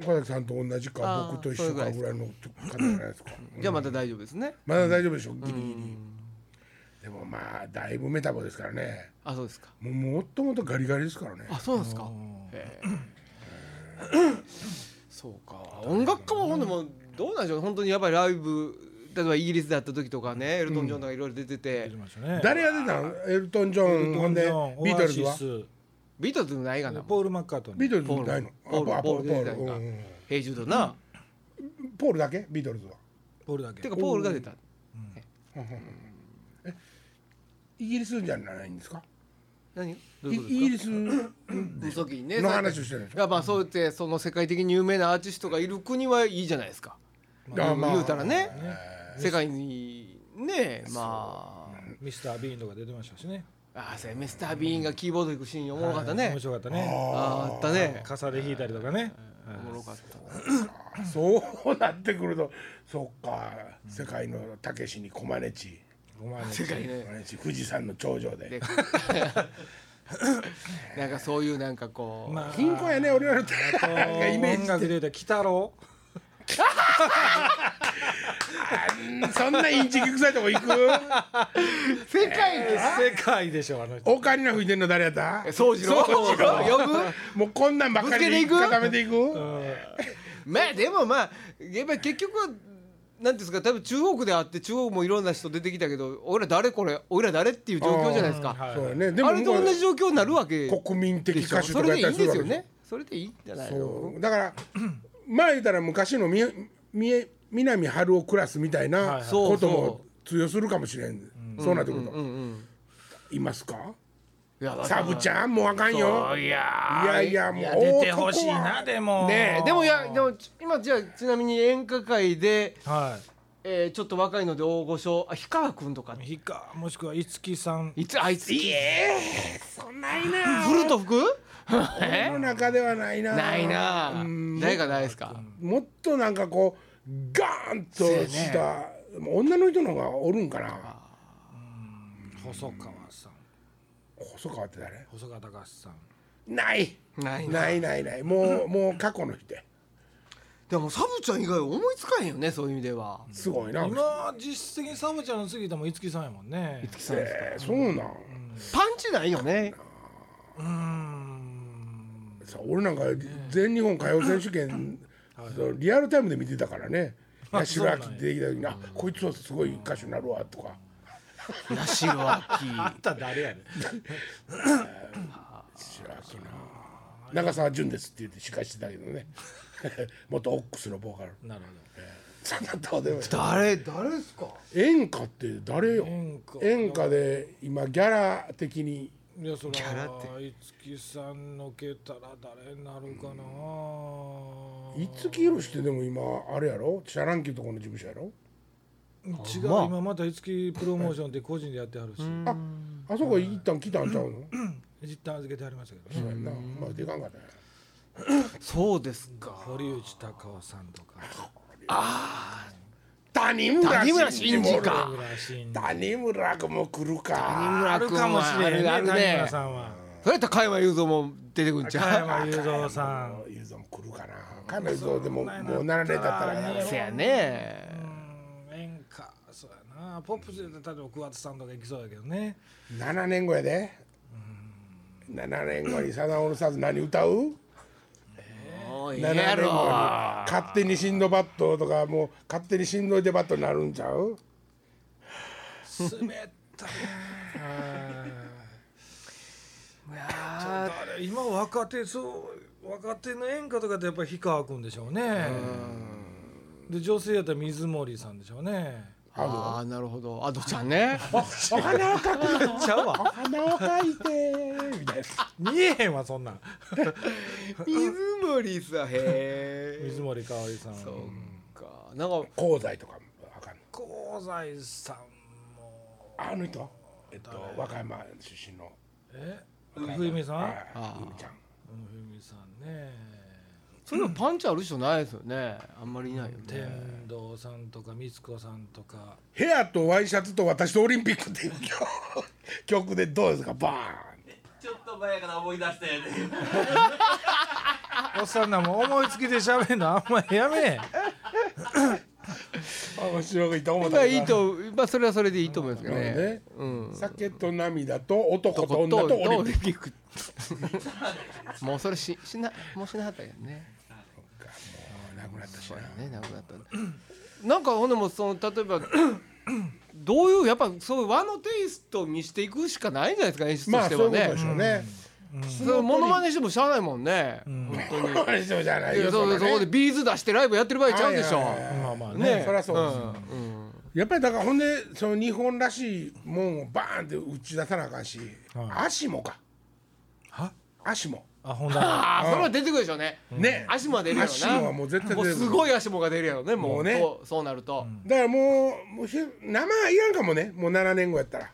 [SPEAKER 1] 岡崎さんと同じ
[SPEAKER 3] あ
[SPEAKER 1] か
[SPEAKER 3] ー
[SPEAKER 1] 僕と一緒かぐらいの方じゃないですか
[SPEAKER 3] じゃあまた大丈夫ですね
[SPEAKER 1] まだ大丈夫でしょギリギリでもまあだいぶメタボですからね
[SPEAKER 3] あそうですか
[SPEAKER 1] もうもっともっとガリガリですからね
[SPEAKER 3] あそうなんですかへえ そうか音楽家はほんでもどうなんでしょう本当にやっぱりライブ例えばイギリスであった時とかねエルトン・ジョンとかいろいろ出てて、
[SPEAKER 2] 出てましたね
[SPEAKER 1] 誰が出たのエルトン・ジョンほんでビートルズは
[SPEAKER 3] ビートルズもないがな
[SPEAKER 2] ポール・マッカートニ
[SPEAKER 1] ビー
[SPEAKER 2] ー
[SPEAKER 1] トルズみたいの
[SPEAKER 3] ポール
[SPEAKER 1] あ
[SPEAKER 3] ポール
[SPEAKER 1] ポール
[SPEAKER 3] ポール
[SPEAKER 1] うんうん
[SPEAKER 3] 平時とな、
[SPEAKER 1] ポールだけビートルズは
[SPEAKER 2] ポールだけ
[SPEAKER 3] てかポールが出た
[SPEAKER 1] イギリスじゃないんですか
[SPEAKER 3] 何どう
[SPEAKER 1] イ
[SPEAKER 3] いうこと
[SPEAKER 1] イギ
[SPEAKER 3] で
[SPEAKER 1] リスの
[SPEAKER 3] すか嘘ね
[SPEAKER 1] 話をしてるんです
[SPEAKER 3] やっぱそうやってその世界的に有名なアーティストがいる国はいいじゃないですか
[SPEAKER 1] か
[SPEAKER 3] 言うたらね
[SPEAKER 1] え
[SPEAKER 3] 世界にねま
[SPEAKER 2] ミスター・ビーンとか出てましたしね
[SPEAKER 3] ああーそうやミスター・ビーンがキーボード弾くシーンおもろかったね
[SPEAKER 2] 面白かったね
[SPEAKER 3] あーあったね
[SPEAKER 2] 傘で弾いたりとかね
[SPEAKER 3] おもろかった
[SPEAKER 1] ーそうなってくるとそっか世界のたけしにコマネチ
[SPEAKER 2] お前ね
[SPEAKER 3] 世界ね
[SPEAKER 1] コマネチ富士山の頂上で
[SPEAKER 3] でなんかそういうなんかこう、
[SPEAKER 2] まあ
[SPEAKER 1] 貧困やね俺らのなんかイメージ
[SPEAKER 2] 音楽で言うたら「鬼太郎
[SPEAKER 1] うんそんなインチキ臭いとこ行く
[SPEAKER 3] 世界」
[SPEAKER 2] 世界でしょあの人
[SPEAKER 1] オカリナ吹いてんの誰やった
[SPEAKER 3] 掃除の 呼ぶ
[SPEAKER 1] もうこんなんばっかり
[SPEAKER 3] ぶつけていく
[SPEAKER 1] 固めていく
[SPEAKER 3] まあでもまあやっぱり結局はなんていうんですか多分中国であって中国もいろんな人出てきたけど俺ら誰これ俺ら誰っていう状況じゃないですか、
[SPEAKER 2] はい
[SPEAKER 1] そうやねで
[SPEAKER 3] あれと
[SPEAKER 1] も
[SPEAKER 3] 同じ状況になるわけで
[SPEAKER 1] 国民的
[SPEAKER 3] しょ
[SPEAKER 1] 歌手
[SPEAKER 3] そ
[SPEAKER 1] とか
[SPEAKER 3] れ
[SPEAKER 1] やっ
[SPEAKER 3] でい
[SPEAKER 1] たりするわけで
[SPEAKER 3] いんですよ
[SPEAKER 1] しょ
[SPEAKER 3] ねそれでいいんじゃないの
[SPEAKER 1] そうだから まあ言うたら昔のみみえ南春夫クラスみたい
[SPEAKER 2] は
[SPEAKER 1] ない
[SPEAKER 2] はい
[SPEAKER 1] こと
[SPEAKER 3] そう
[SPEAKER 1] も
[SPEAKER 3] そ
[SPEAKER 1] 通用するかもしれん、そうなってくると、
[SPEAKER 3] うんうん
[SPEAKER 1] いますか
[SPEAKER 3] いや
[SPEAKER 1] サブちゃんもうあかんよ
[SPEAKER 3] い
[SPEAKER 1] い
[SPEAKER 3] や
[SPEAKER 1] やいやもう
[SPEAKER 2] 出てほしいな
[SPEAKER 1] 男は
[SPEAKER 2] でも
[SPEAKER 3] ねえでもいやでもち今じゃあちなみに演歌界で、
[SPEAKER 2] は
[SPEAKER 3] えーちょっと若いので大御所あ氷川君とか
[SPEAKER 2] いひかもしくは五木さん
[SPEAKER 3] いつあいつ
[SPEAKER 1] いえそんないな
[SPEAKER 3] フルと 吹く
[SPEAKER 1] 世の中ではないな
[SPEAKER 3] ないなあ
[SPEAKER 1] うん
[SPEAKER 3] 誰がないですか
[SPEAKER 1] もっとなんかこうガーンとした、もう女の人の方がおるんかな
[SPEAKER 2] 細川さん
[SPEAKER 1] 細川って誰
[SPEAKER 2] 細川隆さん
[SPEAKER 1] ない
[SPEAKER 3] ないな
[SPEAKER 1] ないないないもうもう過去の人や
[SPEAKER 3] でもサブちゃん以外思いつかへんよねそういう意味では
[SPEAKER 1] すごいな
[SPEAKER 2] 今実績サブちゃんの次でも五木さんやもんね
[SPEAKER 1] えーそうなん、
[SPEAKER 3] パンチないよね
[SPEAKER 2] うーん
[SPEAKER 1] さ俺なんか全日本歌謡選手権、そうリアルタイムで見てたからね八代亜紀出てきた時に「あこいつはすごい歌手になるわ」とか
[SPEAKER 3] 八代亜
[SPEAKER 2] あんた誰やねん
[SPEAKER 1] 「八代亜紀な長澤淳です」って言って司会してたけどね 元オックスのボーカル
[SPEAKER 2] なるほ
[SPEAKER 1] そんなどうでもいい
[SPEAKER 3] 誰誰ですか
[SPEAKER 1] 演歌って誰よ
[SPEAKER 2] 演歌
[SPEAKER 1] 演歌で今ギャラ的に
[SPEAKER 2] どいやそ
[SPEAKER 3] ャラっ
[SPEAKER 2] ら五木さんのけたら誰になるかな
[SPEAKER 1] 五木ひろしってでも今あれやろシャランキューとこの事務所やろ
[SPEAKER 2] 違う
[SPEAKER 3] まあ
[SPEAKER 2] 今また五木プロモーションって個人でやってはるし
[SPEAKER 1] ああそこ一旦来たんちゃうの
[SPEAKER 2] 実態預けてはりましたけ
[SPEAKER 1] そ
[SPEAKER 2] ど
[SPEAKER 1] う
[SPEAKER 2] ね
[SPEAKER 1] やんなまあでかんかったな
[SPEAKER 3] そうですか
[SPEAKER 2] 堀内孝雄さんとか
[SPEAKER 1] 谷村
[SPEAKER 3] 谷村新司か
[SPEAKER 2] 村新
[SPEAKER 1] 谷村君も来る
[SPEAKER 3] 谷
[SPEAKER 1] か
[SPEAKER 3] 村
[SPEAKER 2] ある
[SPEAKER 3] 君
[SPEAKER 2] かもしれんね
[SPEAKER 3] ある
[SPEAKER 2] 谷
[SPEAKER 3] ね
[SPEAKER 2] 村さんは
[SPEAKER 3] そそうやったら加山雄三も出てくんち
[SPEAKER 2] 加
[SPEAKER 3] ゃう
[SPEAKER 2] 山雄三さん
[SPEAKER 1] ゆうぞん来るかな彼女でももう7年経ったらや
[SPEAKER 2] そんな
[SPEAKER 1] る
[SPEAKER 2] ん
[SPEAKER 3] せやね
[SPEAKER 2] うん演歌そうやなポップスで例えば桑田さんとか行きそうやけどね
[SPEAKER 1] 7年後やで7年後にサザンオールスターズ何歌う
[SPEAKER 3] もうええ
[SPEAKER 1] 7年
[SPEAKER 3] や
[SPEAKER 1] 後に
[SPEAKER 3] ろ
[SPEAKER 1] 勝手にシンドバッドとかもう勝手にシンドデバッドになるんちゃう
[SPEAKER 2] 滑ったね
[SPEAKER 3] いや
[SPEAKER 2] あ
[SPEAKER 3] ー
[SPEAKER 2] れ今若手そう若手の演歌とかってやっぱり氷川君でしょうねで女性やったら水森さんでしょうね
[SPEAKER 3] あーなるほどアドちゃ んね
[SPEAKER 1] お花をかく
[SPEAKER 2] ちゃう
[SPEAKER 1] お
[SPEAKER 2] わ
[SPEAKER 1] 花をかいてみたい
[SPEAKER 2] 見えへんわそんなん
[SPEAKER 3] 水森さんへ
[SPEAKER 2] 水森かおりさん
[SPEAKER 3] そうかなんか
[SPEAKER 1] な香西とかもあかんの
[SPEAKER 2] 香西さんも
[SPEAKER 1] あの人えっと和歌山出身の
[SPEAKER 2] え冬美さん
[SPEAKER 1] はいゆみちゃん
[SPEAKER 2] うん冬美さんね
[SPEAKER 3] それもパンチある人ないですよねあんまりいないよね
[SPEAKER 2] 天童さんとか光子さんとか
[SPEAKER 1] ヘアとワイシャツと私とオリンピックっていう曲曲でどうですかバーン
[SPEAKER 4] ちょっと前から思い出したよね。
[SPEAKER 2] おっさんなんも思いつきで喋んのあんまやめえ
[SPEAKER 1] 面白いと思っ
[SPEAKER 3] ま
[SPEAKER 1] た
[SPEAKER 3] あいいとまあそれはそれでいいと思いますけどね
[SPEAKER 1] ね
[SPEAKER 3] うん
[SPEAKER 1] 酒と涙と男と女とオリンピック
[SPEAKER 3] ピック もうそれししなもうしなかったけどね
[SPEAKER 1] なくなったし
[SPEAKER 3] そ
[SPEAKER 1] な
[SPEAKER 3] うやねなくなったんだなんかほんでもその例 えばどういうやっぱそういう和のテイストにしていくしかないんじゃないですか演出と
[SPEAKER 1] まあ
[SPEAKER 3] して
[SPEAKER 1] そうい
[SPEAKER 3] は
[SPEAKER 1] うこと
[SPEAKER 3] ね
[SPEAKER 1] でしょうね
[SPEAKER 3] それモノマネしてもしゃあないもんね、本当に
[SPEAKER 1] モノマネしてもじゃない
[SPEAKER 3] いや
[SPEAKER 1] よ
[SPEAKER 3] そうそ
[SPEAKER 1] んなね
[SPEAKER 3] こでビーズ出してライブやってる場合ちゃうでしょ
[SPEAKER 1] はいはいはい
[SPEAKER 2] まあまあね
[SPEAKER 3] ね
[SPEAKER 1] そりゃそうですよ
[SPEAKER 3] うんうん
[SPEAKER 1] やっぱりだからほんでその日本らしいもんをバーンって打ち出さなあかんし
[SPEAKER 2] は
[SPEAKER 1] 足もか
[SPEAKER 2] は
[SPEAKER 1] 足も
[SPEAKER 2] あほんだ
[SPEAKER 3] あそれは出てくるでしょうね
[SPEAKER 1] ね
[SPEAKER 3] 足も出るやろ
[SPEAKER 1] 足もはもう絶対
[SPEAKER 3] なも
[SPEAKER 1] 出
[SPEAKER 3] う
[SPEAKER 1] てく
[SPEAKER 3] す
[SPEAKER 1] る
[SPEAKER 3] ごい足もが出るやろねも
[SPEAKER 1] も
[SPEAKER 3] う
[SPEAKER 1] うね
[SPEAKER 3] そうそうなると
[SPEAKER 1] だからもうもうひ生はいらんかもねもう7年後やったら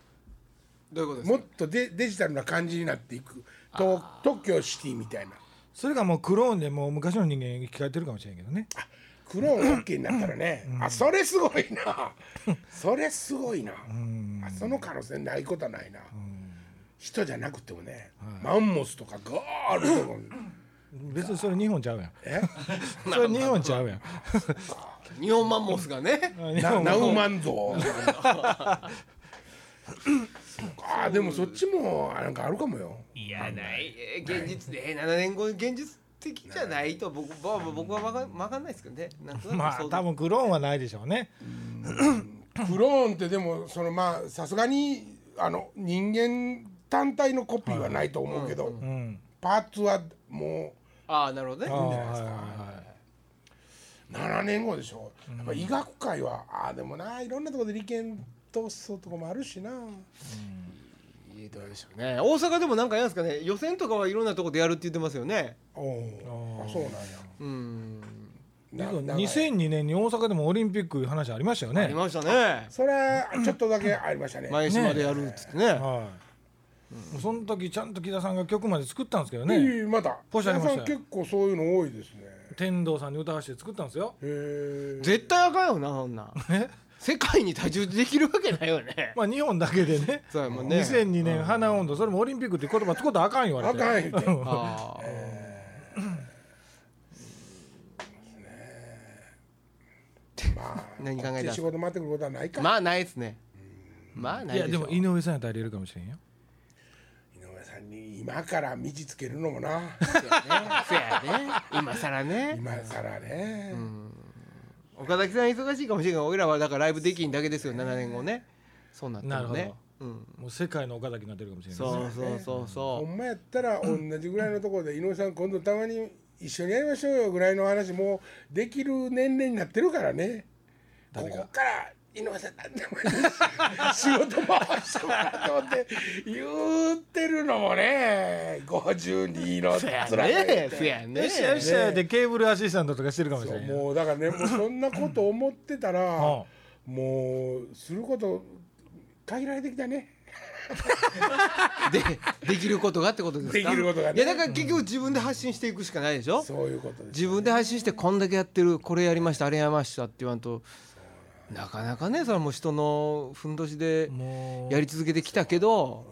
[SPEAKER 3] どういうことです
[SPEAKER 1] も
[SPEAKER 3] か
[SPEAKER 1] っとデデジタルな感じになっていくと東京シティみたいな
[SPEAKER 2] それがもうクローンでもう昔の人間に聞かれてるかもしれんけどね
[SPEAKER 1] クローン OK になったらねあそれすごいなそれすごいなあその可能性ないことはないな人じゃなくてもねマンモスとかガールとか
[SPEAKER 2] 別にそれ日本ちゃうやん
[SPEAKER 1] え
[SPEAKER 2] それ日本ちゃうやん
[SPEAKER 3] 日本マンモスがね
[SPEAKER 2] 日
[SPEAKER 1] な
[SPEAKER 2] 本
[SPEAKER 1] ナウマンゾーあーでもそっちもあなんかあるかもよ
[SPEAKER 4] いや、ない。
[SPEAKER 3] えー現実でえー7年後に現実的じゃないと僕僕は僕は分か分かんないですけどねなんとなく
[SPEAKER 2] まあ
[SPEAKER 3] 想像
[SPEAKER 2] 多分クローンはないでしょうね
[SPEAKER 1] クローンってでもそのまあさすがにあの人間単体のコピーはないと思うけど、
[SPEAKER 2] うん
[SPEAKER 1] パーツはも
[SPEAKER 3] ああなるほどね
[SPEAKER 2] ああはいはいはいう
[SPEAKER 1] 7年後でしょやっぱ医学界はああでもないろんなところで利権闘争とかもあるしな、
[SPEAKER 3] いいどうでしょうね大阪でもなんかやるんですかね予選とかはいろんなとこでやるって言ってますよね
[SPEAKER 1] おおあそう
[SPEAKER 3] うーん
[SPEAKER 1] なんやな
[SPEAKER 2] 2002年に大阪でもオリンピックいう話ありましたよ
[SPEAKER 3] あり
[SPEAKER 2] ね。
[SPEAKER 3] ましたね
[SPEAKER 1] それはちょっとだけありましたね
[SPEAKER 3] 前島でやるっつってね
[SPEAKER 2] はい。その時ちゃんと木田さんが曲まで作ったんですけどね。
[SPEAKER 1] ええまた
[SPEAKER 2] ポシャ
[SPEAKER 1] 皆
[SPEAKER 2] りま
[SPEAKER 1] さ
[SPEAKER 2] したよ
[SPEAKER 1] ん結構そういうの多いですね
[SPEAKER 2] 天童さんに歌わせて作ったんですよ。
[SPEAKER 1] へえ
[SPEAKER 3] 絶対あかんよなそんなん世界に太刀打ちできるわけないよね
[SPEAKER 2] まあ日本だけでね。
[SPEAKER 3] そうやもんね
[SPEAKER 2] 2002年花温度それもオリンピックって言葉使ったらあかん言われ
[SPEAKER 1] あ
[SPEAKER 2] て。
[SPEAKER 1] かん言うて
[SPEAKER 3] ああ
[SPEAKER 1] まあ
[SPEAKER 3] 何考えたん
[SPEAKER 1] こっち仕事回ってくることはないか、
[SPEAKER 3] まあないですねまあないい
[SPEAKER 2] や
[SPEAKER 3] で
[SPEAKER 2] で
[SPEAKER 3] しょ
[SPEAKER 2] も井上さんやったら入れるかもしれんよ。
[SPEAKER 1] 井上さんに今から道つけるのもな
[SPEAKER 3] そうやね今更ね
[SPEAKER 1] 今更ね、
[SPEAKER 3] 岡崎さん忙しいかもしれんが俺らはだからライブできんだけですよ7年後ねそうなって
[SPEAKER 2] なる
[SPEAKER 3] も
[SPEAKER 2] ほ
[SPEAKER 3] ね
[SPEAKER 2] ど
[SPEAKER 3] うん
[SPEAKER 2] もう世界の岡崎になってるかもしれんけど
[SPEAKER 3] そうそうそう
[SPEAKER 1] ほ
[SPEAKER 3] そ
[SPEAKER 1] んまやったら同じぐらいのところで井上さん今度たまに一緒にやりましょうよぐらいの話もうできる年齢になってるからねここから井上さん何でもいいです仕事回してもらってもって言ってるのもね52の
[SPEAKER 3] うや
[SPEAKER 1] つら
[SPEAKER 3] ねそうやね
[SPEAKER 2] よしよしよしでケーブルアシスタントとかしてるかもしれんよ。
[SPEAKER 1] もうだからねもうそんなこと思ってたら
[SPEAKER 2] う
[SPEAKER 1] もうすること限られてきたね
[SPEAKER 3] でできることがってことですか
[SPEAKER 1] できることがね
[SPEAKER 3] いやだから結局自分で発信していくしかないでしょ
[SPEAKER 1] そういうことです
[SPEAKER 3] 自分で配信してこんだけやってるこれやりましたあれやりましたって言わんとなかなかねそれはもう人のふんどしで
[SPEAKER 2] んもう
[SPEAKER 3] やり続けてきたけど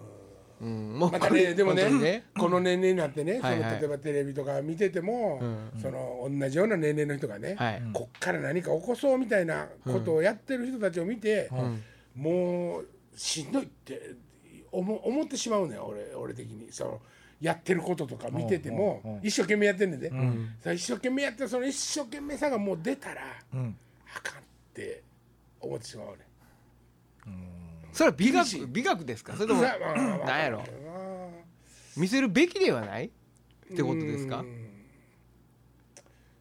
[SPEAKER 3] ううん、もう
[SPEAKER 1] また
[SPEAKER 3] これ
[SPEAKER 1] ねでもね
[SPEAKER 3] 本当にね
[SPEAKER 1] この年齢になってね、
[SPEAKER 3] はいは
[SPEAKER 1] その
[SPEAKER 3] い
[SPEAKER 1] 例えばテレビとか見てても、
[SPEAKER 3] ん
[SPEAKER 1] その同じような年齢の人がね、
[SPEAKER 3] はい
[SPEAKER 1] こっから何か起こそうみたいなことをやってる人たちを見て、もうしんどいって思思ってしまうね俺俺的にそのやってることとか見てても、一生懸命やってんねんで、その一生懸命やってその一生懸命さがもう出たら、
[SPEAKER 5] ん
[SPEAKER 1] あかんって思ってしまうね。
[SPEAKER 3] それは美学美学ですかそれとも
[SPEAKER 1] さあまあ
[SPEAKER 3] なんやろ見せるべきではないってことですか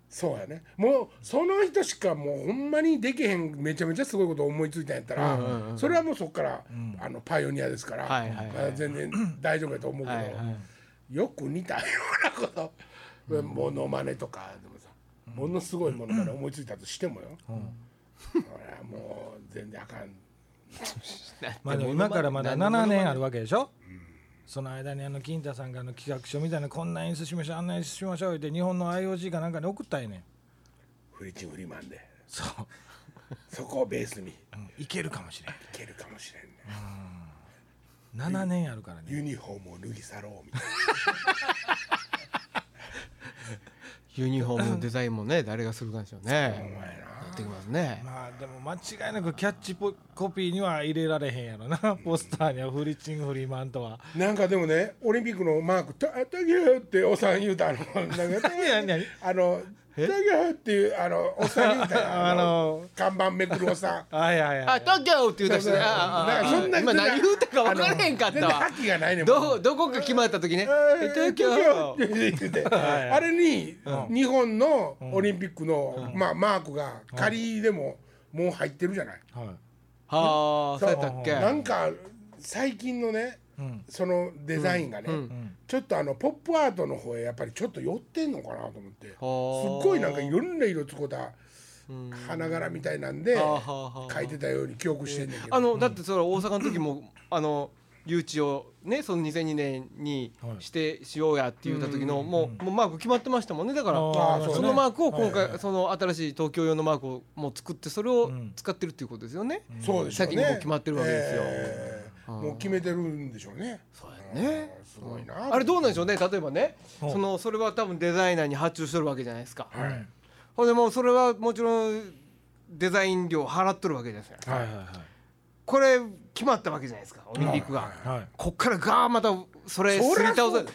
[SPEAKER 1] そうやねもうその人しかもうほんまにできへんめちゃめちゃすごいことを思いついたんやったら、それはもうそこから、あのパイオニアですから、
[SPEAKER 3] はいはいはい
[SPEAKER 1] まあ全然大丈夫やと思うけど、
[SPEAKER 3] はいは
[SPEAKER 1] よく似たようなこと、モノマネとかでもさものすごいものまね思いついたとしてもよ、それはもう全然あかん
[SPEAKER 5] まあでも今からまだ7年あるわけでしょ、その間にあの金太さんがあの企画書みたいなこんな演出しましょうあんな演出しましょう言って日本の IOC かなんかに送ったんやねん
[SPEAKER 1] フリチンフリーマンで
[SPEAKER 5] そう、
[SPEAKER 1] そこをベースにい
[SPEAKER 5] いけるかもしれん
[SPEAKER 1] けるかもしれんね
[SPEAKER 5] 7年あるからね
[SPEAKER 1] ユニフォームを脱ぎ去ろうみたいな
[SPEAKER 3] ユニフォームのデザインもね誰がするかでしょうね
[SPEAKER 1] お前な
[SPEAKER 3] やってきますね
[SPEAKER 5] まあでも間違いなくキャッチポコピーには入れられへんやろなポスターにはフリッチングフリーマンとは
[SPEAKER 1] なんかでもねオリンピックのマーク「たたぎゅー」っておっさん言うたあ のなんか
[SPEAKER 5] 何何
[SPEAKER 1] あの「たぎゅー」っていうあのおっさん言うた やん
[SPEAKER 5] あ
[SPEAKER 1] あの
[SPEAKER 5] の
[SPEAKER 1] 看板めくるおっさん
[SPEAKER 5] はいはいはい
[SPEAKER 3] あ東京って言うた人ねあああ
[SPEAKER 1] だからそんな人
[SPEAKER 3] 今
[SPEAKER 1] が
[SPEAKER 3] 何言うたか分からへんかっ
[SPEAKER 1] 全
[SPEAKER 3] た
[SPEAKER 1] 然
[SPEAKER 3] わ
[SPEAKER 1] 覇気がないねんも
[SPEAKER 3] ど
[SPEAKER 1] う
[SPEAKER 3] どこか決まった時 ね
[SPEAKER 1] えー
[SPEAKER 3] 東京
[SPEAKER 1] 東京って言うてあれに日本のオリンピックのまあマークが仮でももう入ってるじゃない
[SPEAKER 5] はい
[SPEAKER 3] はあそうやったっけ
[SPEAKER 1] なんか最近のね
[SPEAKER 5] うん
[SPEAKER 1] そのデザインがね、
[SPEAKER 3] うん
[SPEAKER 1] ちょっとあのポップアートの方へやっぱりちょっと寄ってんのかなと思ってすっ
[SPEAKER 3] ー
[SPEAKER 1] ごいなんかいろんな色つこた
[SPEAKER 3] うん
[SPEAKER 1] 花柄みたいなんで
[SPEAKER 3] はあはあはあ
[SPEAKER 1] 書いてたように記憶してんねんけど
[SPEAKER 3] あのだってそれは大阪の時も、あの誘致をねその2002年に
[SPEAKER 5] はい
[SPEAKER 3] してしようやって言った時の、もうもうマーク決まってましたもんねだから
[SPEAKER 5] あ
[SPEAKER 1] ー
[SPEAKER 3] そのマークを今
[SPEAKER 5] はい
[SPEAKER 3] 回、
[SPEAKER 5] はい
[SPEAKER 3] その新しい東京用のマークをもう作ってそれを
[SPEAKER 5] ん
[SPEAKER 3] 使ってるっていうことですよね。
[SPEAKER 1] そうでしょうね
[SPEAKER 3] 先にもう決まってるわけですよ
[SPEAKER 1] えー
[SPEAKER 3] うん
[SPEAKER 1] もう決めてるんでしょうね
[SPEAKER 3] ね
[SPEAKER 1] うんすごいな
[SPEAKER 3] あれどうなんでしょうね例えばね
[SPEAKER 5] ん
[SPEAKER 3] そのそれは多分デザイナーに発注してるわけじゃないですか。
[SPEAKER 1] はい
[SPEAKER 3] ほんでもうそれはもちろんデザイン料払っとるわけじゃないですか。
[SPEAKER 5] はいはい
[SPEAKER 3] これ決まったわけじゃないですかオリンピックが。
[SPEAKER 5] はいはい
[SPEAKER 3] こっからガーまたそれす
[SPEAKER 1] そ
[SPEAKER 3] り
[SPEAKER 1] りゃ
[SPEAKER 3] 倒
[SPEAKER 1] そう
[SPEAKER 3] す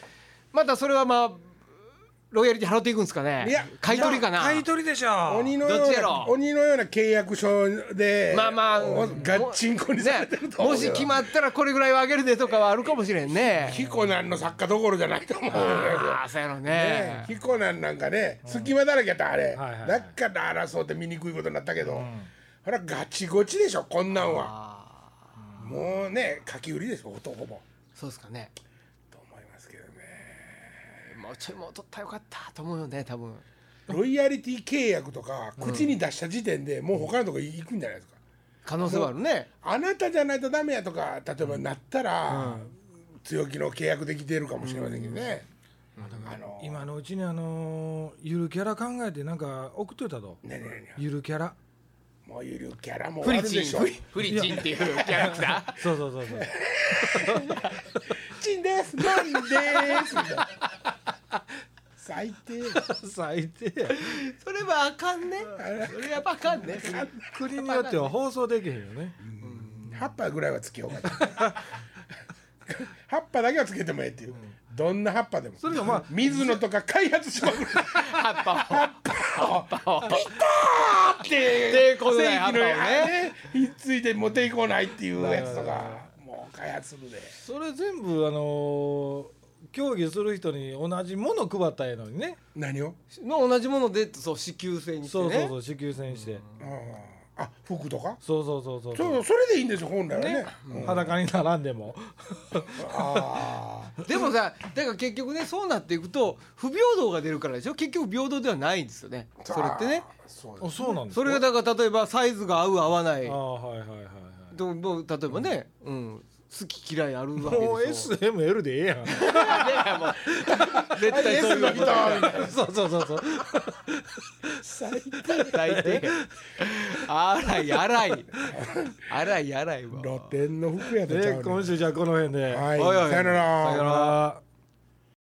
[SPEAKER 3] またそれはまあロイヤリティ払っていくんですかね
[SPEAKER 1] いや
[SPEAKER 3] 買い取りかな
[SPEAKER 5] 買い取りでしょ
[SPEAKER 1] 鬼のよ
[SPEAKER 3] どっ
[SPEAKER 1] う
[SPEAKER 3] ちや
[SPEAKER 1] な
[SPEAKER 3] ろ
[SPEAKER 1] 鬼のような契約書で
[SPEAKER 3] まあまあ
[SPEAKER 1] おガッチンコにされてると思う
[SPEAKER 3] も
[SPEAKER 1] け
[SPEAKER 3] し
[SPEAKER 1] ど
[SPEAKER 3] 決まったらこれぐらいは上げるでとかはあるかもしれんね
[SPEAKER 1] 彦なんの作家どころじゃないと思う
[SPEAKER 3] ああそうやろ
[SPEAKER 1] ねえ
[SPEAKER 3] ね
[SPEAKER 1] 彦なんなんかね隙間だらけやったあれ、
[SPEAKER 5] はいはいはい
[SPEAKER 1] だから争って見にくいことになったけど、ほらガチゴチでしょこんなんは
[SPEAKER 3] ああ
[SPEAKER 1] もうね書き売りでしょほとほぼ
[SPEAKER 3] そうですかね
[SPEAKER 1] と思いますけどね
[SPEAKER 3] もうちょいもう取ったらよかったと思うよね多分
[SPEAKER 1] ロイヤリティ契約とか口に出した時点でもう他のとこ行くんじゃないですか、
[SPEAKER 3] 可能性はあるね
[SPEAKER 1] あなたじゃないとダメやとか例えばなったら、強気の契約できてるかもしれませんけどね、あの
[SPEAKER 5] 今のうちにあのーゆるキャラ考えてなんか送っといたと
[SPEAKER 1] ねえねえね
[SPEAKER 5] ゆるキャラ
[SPEAKER 1] えもうゆるキャラも
[SPEAKER 3] フ
[SPEAKER 1] あ
[SPEAKER 3] リ
[SPEAKER 1] るで
[SPEAKER 3] チ
[SPEAKER 1] し
[SPEAKER 3] ン
[SPEAKER 1] ょ
[SPEAKER 3] フリフリチンっていうキャラクタ
[SPEAKER 5] そうそうそうそう
[SPEAKER 1] チンですマンですみたいな最低
[SPEAKER 5] 最低
[SPEAKER 3] ーそれはあかんねそれやっぱあかんね
[SPEAKER 5] 国によっては放送できへんよね
[SPEAKER 1] 葉っぱぐらいはつけようかな葉っぱだけはつけてもええっていう、どんな葉っぱでもそれ
[SPEAKER 5] がまあ
[SPEAKER 1] 水野とか開発しまくる
[SPEAKER 3] 葉っぱを
[SPEAKER 1] って
[SPEAKER 3] 抵抗のない葉っぱをね
[SPEAKER 1] ひっついて持っていこうないっていうやつとかもう開発するで
[SPEAKER 5] それ全部あのー競技する人に同じもの配ったらええのにね
[SPEAKER 1] 何を、
[SPEAKER 3] の同じものでそう支給制にして
[SPEAKER 5] そうそう
[SPEAKER 3] ね
[SPEAKER 5] そう支給戦して、
[SPEAKER 1] うんあ服とか
[SPEAKER 5] そうそうそうそう
[SPEAKER 1] そうそれでいいんですよ本来はね
[SPEAKER 5] 裸に並んでも
[SPEAKER 1] ああ
[SPEAKER 3] でもさだから結局ねそうなっていくと不平等が出るからでしょ結局平等ではないんですよね それってね
[SPEAKER 1] そう
[SPEAKER 5] あそうなんです
[SPEAKER 3] それがだから例えばサイズが合う合わない
[SPEAKER 5] ああはいはいはいはい
[SPEAKER 3] ともう例えばね、うん好き嫌いあるわけでしょ
[SPEAKER 2] もう SML でええやん
[SPEAKER 3] いやい やもう絶対そういうこと
[SPEAKER 2] そうそうそうそう
[SPEAKER 3] 大抵 荒い荒い荒い荒いわ
[SPEAKER 1] 露天の服やとちゃう
[SPEAKER 2] で
[SPEAKER 1] ねん
[SPEAKER 2] 今週じゃあこの辺で
[SPEAKER 1] はい
[SPEAKER 2] おいおい
[SPEAKER 1] さよなら
[SPEAKER 2] さよなら